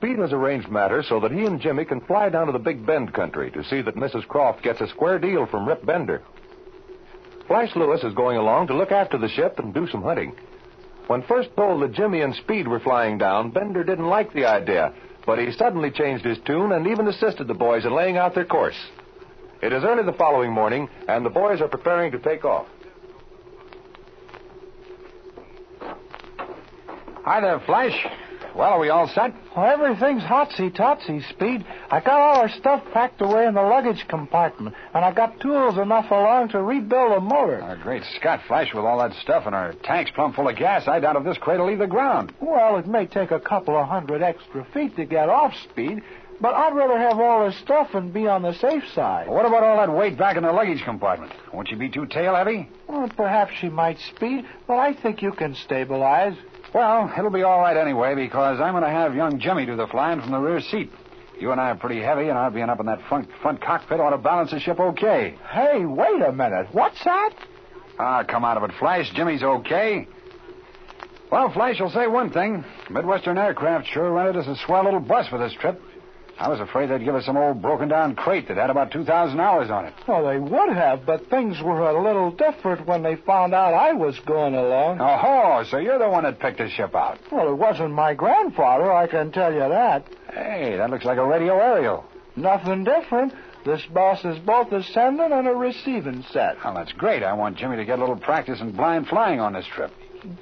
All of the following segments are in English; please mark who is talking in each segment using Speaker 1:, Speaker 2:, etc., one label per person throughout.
Speaker 1: Pete has arranged matters so that he and Jimmy can fly down to the Big Bend country to see that Mrs. Croft gets a square deal from Rip Bender. Flash Lewis is going along to look after the ship and do some hunting. When first told that Jimmy and Speed were flying down, Bender didn't like the idea, but he suddenly changed his tune and even assisted the boys in laying out their course. It is early the following morning, and the boys are preparing to take off.
Speaker 2: Hi there, Flash. Well, are we all set?
Speaker 3: Well, everything's hotsy totsy, Speed. I got all our stuff packed away in the luggage compartment, and I got tools enough along to rebuild the motor.
Speaker 2: Our great Scott, Flash, with all that stuff and our tanks plumb full of gas, I doubt if this crate will leave the ground.
Speaker 3: Well, it may take a couple of hundred extra feet to get off, Speed, but I'd rather have all this stuff and be on the safe side.
Speaker 2: What about all that weight back in the luggage compartment? Won't you be too tail heavy?
Speaker 3: Well, perhaps she might speed, but I think you can stabilize.
Speaker 2: Well, it'll be all right anyway, because I'm going to have young Jimmy do the flying from the rear seat. You and I are pretty heavy, and our being up in that front, front cockpit ought to balance the ship okay.
Speaker 3: Hey, wait a minute. What's that?
Speaker 2: Ah, come out of it, Flash. Jimmy's okay. Well, Flash will say one thing. Midwestern Aircraft sure rented us a swell little bus for this trip. I was afraid they'd give us some old broken down crate that had about 2,000 hours on it.
Speaker 3: Well, they would have, but things were a little different when they found out I was going along.
Speaker 2: Oh, so you're the one that picked the ship out.
Speaker 3: Well, it wasn't my grandfather, I can tell you that.
Speaker 2: Hey, that looks like a radio aerial.
Speaker 3: Nothing different. This boss is both a sending and a receiving set.
Speaker 2: Well, that's great. I want Jimmy to get a little practice in blind flying on this trip.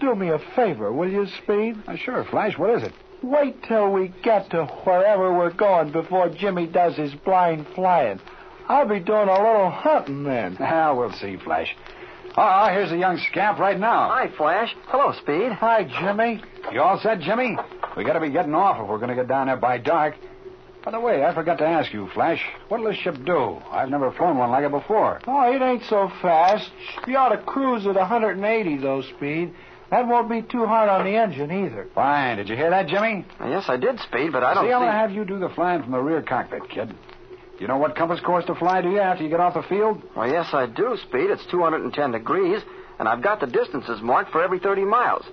Speaker 3: Do me a favor, will you, Speed?
Speaker 2: Uh, sure, Flash. What is it?
Speaker 3: Wait till we get to wherever we're going before Jimmy does his blind flying. I'll be doing a little hunting then.
Speaker 2: Ah, we'll see, Flash. Oh, here's the young scamp right now.
Speaker 4: Hi, Flash. Hello, Speed.
Speaker 3: Hi, Jimmy.
Speaker 2: You all set, Jimmy? We gotta be getting off if we're gonna get down there by dark. By the way, I forgot to ask you, Flash, what'll this ship do? I've never flown one like it before.
Speaker 3: Oh, it ain't so fast. You ought to cruise at 180, though, Speed. That won't be too hard on the engine either.
Speaker 2: Fine. Did you hear that, Jimmy?
Speaker 4: Yes, I did, Speed, but I don't
Speaker 2: See, I'm
Speaker 4: think...
Speaker 2: gonna have you do the flying from the rear cockpit, kid. You know what compass course to fly, do you, after you get off the field?
Speaker 4: Well, yes, I do, Speed. It's 210 degrees, and I've got the distances marked for every 30 miles.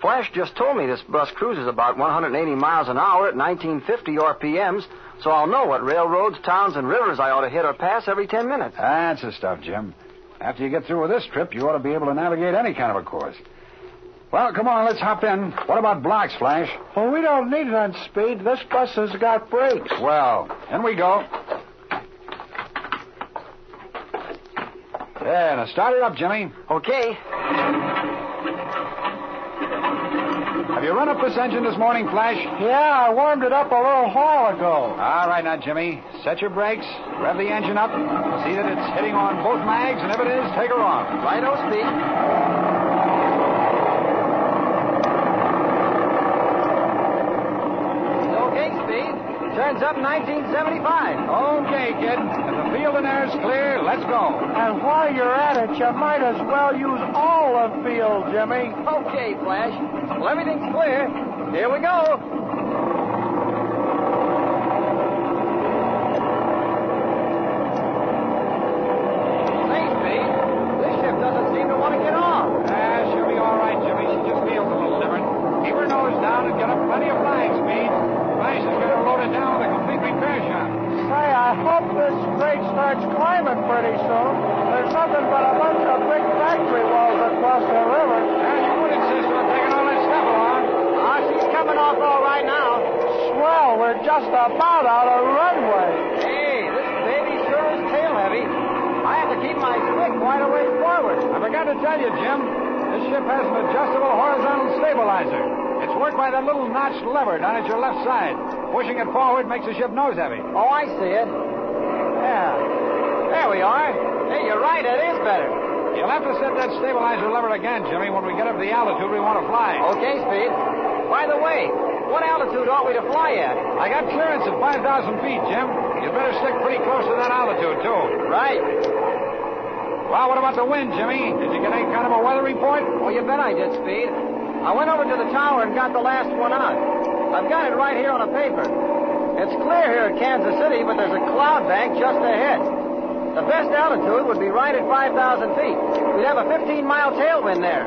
Speaker 4: Flash just told me this bus cruises about 180 miles an hour at 1950 RPMs, so I'll know what railroads, towns, and rivers I ought to hit or pass every 10 minutes.
Speaker 2: That's the stuff, Jim. After you get through with this trip, you ought to be able to navigate any kind of a course. Well, come on, let's hop in. What about blocks, Flash?
Speaker 3: Well, we don't need it on speed. This bus has got brakes.
Speaker 2: Well, in we go. There, now start it up, Jimmy.
Speaker 4: Okay.
Speaker 2: Have you run up this engine this morning, Flash? Oh,
Speaker 3: Yeah, I warmed it up a little while ago.
Speaker 2: All right now, Jimmy. Set your brakes, rev the engine up, see that it's hitting on both mags, and if it is, take her off.
Speaker 4: Righto, Speed. Okay, Speed. Turns up 1975.
Speaker 2: Okay, kid. If the field and air's clear, let's go.
Speaker 3: And while you're at it, you might as well use all the field, Jimmy.
Speaker 4: Okay, Flash. Well, everything's clear. Here we go. Say, Speed, this ship doesn't seem to want to get off.
Speaker 2: Ah, she'll be all right, Jimmy. She just feels a little different. Keep her nose down and get up plenty of flying speed. Flash is going to load it down with a complete repair shop.
Speaker 3: Say, I hope this crate starts climbing pretty soon. There's nothing but a bunch of big factory walls across the river.
Speaker 2: As you would insist on taking all that stuff along.
Speaker 4: Ah, she's coming off all right now.
Speaker 3: Swell, we're just about out of runway.
Speaker 4: Hey, this baby sure is tail heavy. I have to keep my stick wide away forward.
Speaker 2: I forgot to tell you, Jim. This ship has an adjustable horizontal stabilizer. It's worked by that little notched lever down at your left side. Pushing it forward makes the ship nose heavy.
Speaker 4: Oh, I see it. Yeah. There we are. Hey, you're right. It is better.
Speaker 2: You'll have to set that stabilizer lever again, Jimmy, when we get up to the altitude we want to fly.
Speaker 4: Okay, Speed. By the way, what altitude ought we to fly at?
Speaker 2: I got clearance at 5,000 feet, Jim. You'd better stick pretty close to that altitude, too.
Speaker 4: Right.
Speaker 2: Well, what about the wind, Jimmy? Did you get any kind of a weather report?
Speaker 4: Well, you bet I did, Speed. I went over to the tower and got the last one out. I've got it right here on a paper. It's clear here at Kansas City, but there's a cloud bank just ahead. The best altitude would be right at 5,000 feet. We'd have a 15 mile tailwind there.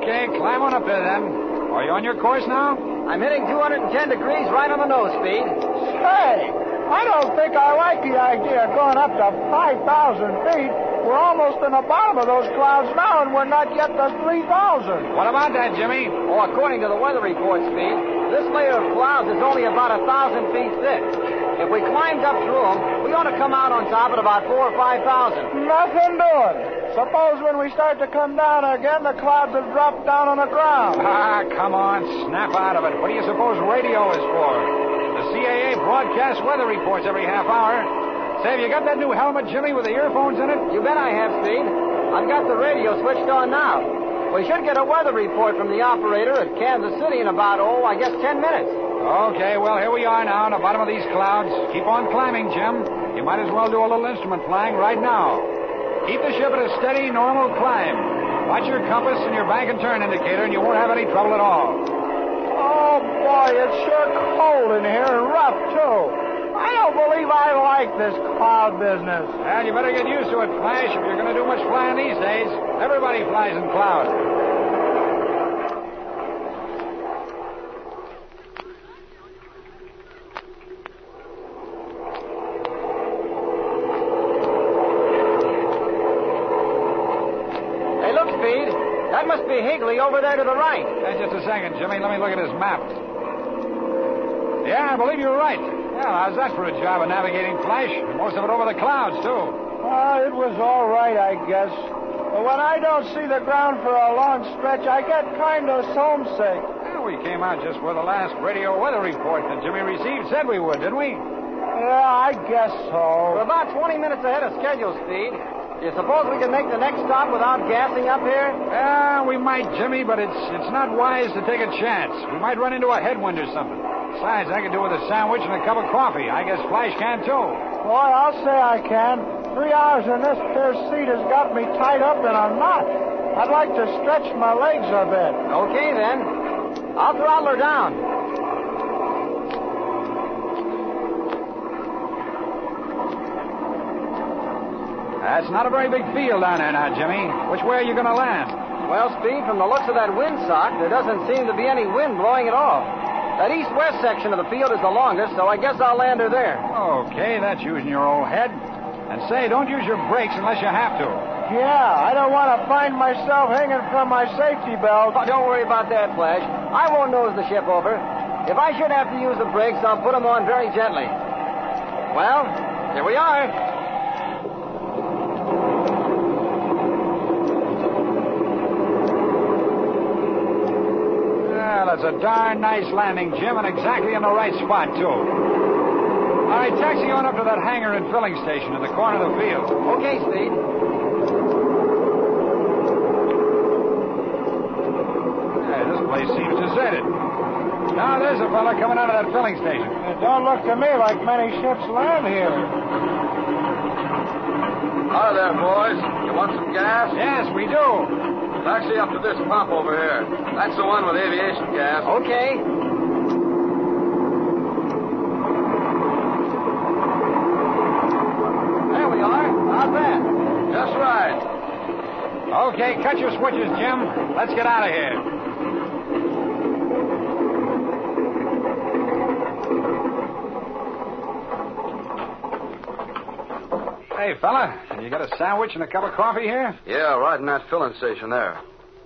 Speaker 2: Okay, climb on up there then. Are you on your course now?
Speaker 4: I'm hitting 210 degrees right on the nose, Speed.
Speaker 3: Hey, I don't think I like the idea of going up to 5,000 feet. We're almost in the bottom of those clouds now, and we're not yet to 3,000.
Speaker 2: What about that, Jimmy?
Speaker 4: Well, according to the weather report, Speed, this layer of clouds is only about a 1,000 feet thick. If we climbed up through them, we ought to come out on top at about four or 5,000.
Speaker 3: Nothing doing. Suppose when we start to come down again, the clouds have dropped down on the ground.
Speaker 2: Ah, come on, snap out of it. What do you suppose radio is for? The CAA broadcasts weather reports every half hour. Say, have you got that new helmet, Jimmy, with the earphones in it?
Speaker 4: You bet I have, Speed. I've got the radio switched on now. We should get a weather report from the operator at Kansas City in about, oh, I guess 10 minutes.
Speaker 2: Okay, well, here we are now in the bottom of these clouds. Keep on climbing, Jim. You might as well do a little instrument flying right now. Keep the ship at a steady, normal climb. Watch your compass and your bank and turn indicator, and you won't have any trouble at all.
Speaker 3: Oh, boy, it's sure cold in here and rough, too. I don't believe I like this cloud business.
Speaker 2: Well, you better get used to it, Flash, if you're going to do much flying these days. Everybody flies in clouds.
Speaker 4: Hey, look, Speed. That must be Higley over there to the right.
Speaker 2: Hey, just a second, Jimmy. Let me look at his map. Yeah, I believe you're right. Well, how's that for a job of navigating Flash? Most of it over the clouds, too.
Speaker 3: Ah, it was all right, I guess. But when I don't see the ground for a long stretch, I get kind of homesick.
Speaker 2: Well, we came out just for the last radio weather report that Jimmy received said we would, didn't we?
Speaker 3: Yeah, I guess
Speaker 4: We're
Speaker 3: so.
Speaker 4: about 20 minutes ahead of schedule, Speed. You suppose we can make the next stop without gassing up here?
Speaker 2: Yeah, we might, Jimmy, but it's it's not wise to take a chance. We might run into a headwind or something. Besides, I could do with a sandwich and a cup of coffee. I guess Flash can too.
Speaker 3: Boy, I'll say I can. Three hours in this here seat has got me tied up in a knot. I'd like to stretch my legs a bit.
Speaker 4: Okay, then. I'll throttle her down.
Speaker 2: That's not a very big field down there now, Jimmy. Which way are you going to land?
Speaker 4: Well, Speed, from the looks of that windsock, there doesn't seem to be any wind blowing at all. That east-west section of the field is the longest, so I guess I'll land her there.
Speaker 2: Okay, that's using your old head. And say, don't use your brakes unless you have to.
Speaker 3: Yeah, I don't want to find myself hanging from my safety belt.
Speaker 4: Oh, don't worry about that, Flash. I won't nose the ship over. If I should have to use the brakes, I'll put them on very gently. Well, here we are.
Speaker 2: Well, that's a darn nice landing, Jim, and exactly in the right spot too. All right, taxi on up to that hangar and filling station in the corner of the field.
Speaker 4: Okay, Speed.
Speaker 2: Yeah, this place seems deserted. Now there's a fella coming out of that filling station.
Speaker 3: It don't look to me like many ships land here.
Speaker 5: Hi there, boys. You want some gas?
Speaker 2: Yes, we do.
Speaker 5: Taxi up to this pump over here. That's the one with aviation gas.
Speaker 4: Okay. There we are. How's that?
Speaker 5: Just right.
Speaker 2: Okay, cut your switches, Jim. Let's get out of here. Hey, fella, you got a sandwich and a cup of coffee here?
Speaker 5: Yeah, right in that filling station there.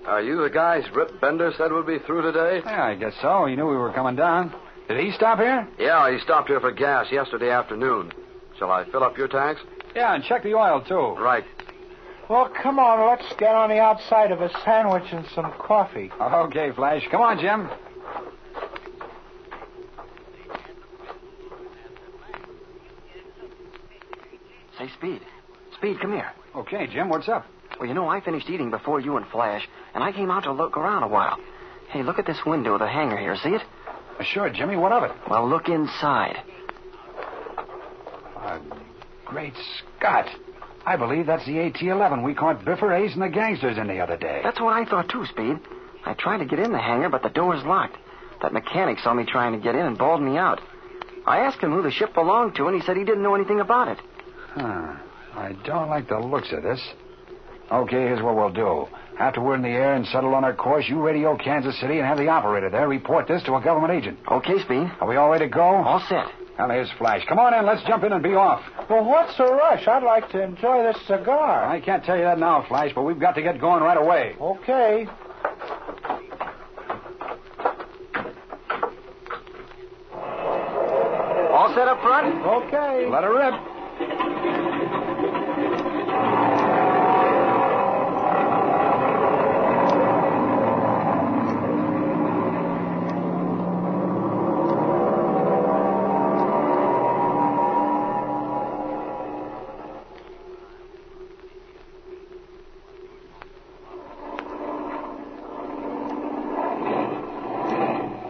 Speaker 5: Are you the guys Rip Bender said would be through today?
Speaker 2: Yeah, I guess so. He knew we were coming down. Did he stop here?
Speaker 5: Yeah, he stopped here for gas yesterday afternoon. Shall I fill up your tanks?
Speaker 2: Yeah, and check the oil, too.
Speaker 5: Right.
Speaker 3: Well, come on, let's get on the outside of a sandwich and some coffee.
Speaker 2: Okay, Flash. Come on, Jim.
Speaker 4: Say, Speed. Speed, come here.
Speaker 2: Okay, Jim, what's up?
Speaker 4: Well, you know, I finished eating before you and Flash, and I came out to look around a while. Hey, look at this window of the hangar here. See it?
Speaker 2: Uh, Sure, Jimmy, what of it?
Speaker 4: Well, look inside.
Speaker 2: Uh, Great Scott. I believe that's the AT 11 we caught Biffer Ace and the gangsters in the other day.
Speaker 4: That's what I thought, too, Speed. I tried to get in the hangar, but the door's locked. That mechanic saw me trying to get in and bawled me out. I asked him who the ship belonged to, and he said he didn't know anything about it.
Speaker 2: Huh. I don't like the looks of this. Okay, here's what we'll do. After we're in the air and settled on our course, you radio Kansas City and have the operator there report this to a government agent.
Speaker 4: Okay, Speed.
Speaker 2: Are we all ready to go?
Speaker 4: All set.
Speaker 2: Now, there's Flash. Come on in. Let's jump in and be off.
Speaker 3: Well, what's the rush? I'd like to enjoy this cigar.
Speaker 2: I can't tell you that now, Flash, but we've got to get going right away.
Speaker 3: Okay.
Speaker 4: All set up front?
Speaker 3: Okay.
Speaker 2: Let her rip.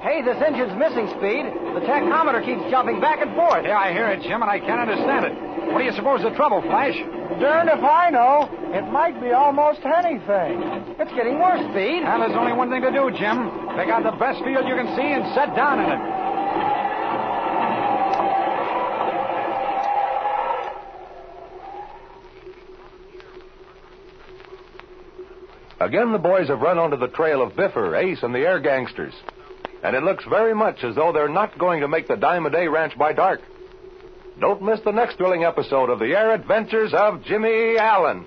Speaker 4: Hey, this engine's missing speed. The tachometer keeps jumping back and forth.
Speaker 2: Yeah, I hear it, Jim, and I can't understand it. What do you suppose the trouble, Flash?
Speaker 3: Darned if I know. It might be almost anything.
Speaker 4: It's getting worse, Speed.
Speaker 2: Well, there's only one thing to do, Jim. Pick out the best field you can see and set down in it.
Speaker 1: Again, the boys have run onto the trail of Biffer, Ace, and the air gangsters. And it looks very much as though they're not going to make the Dime a Day Ranch by dark. Don't miss the next thrilling episode of the Air Adventures of Jimmy Allen.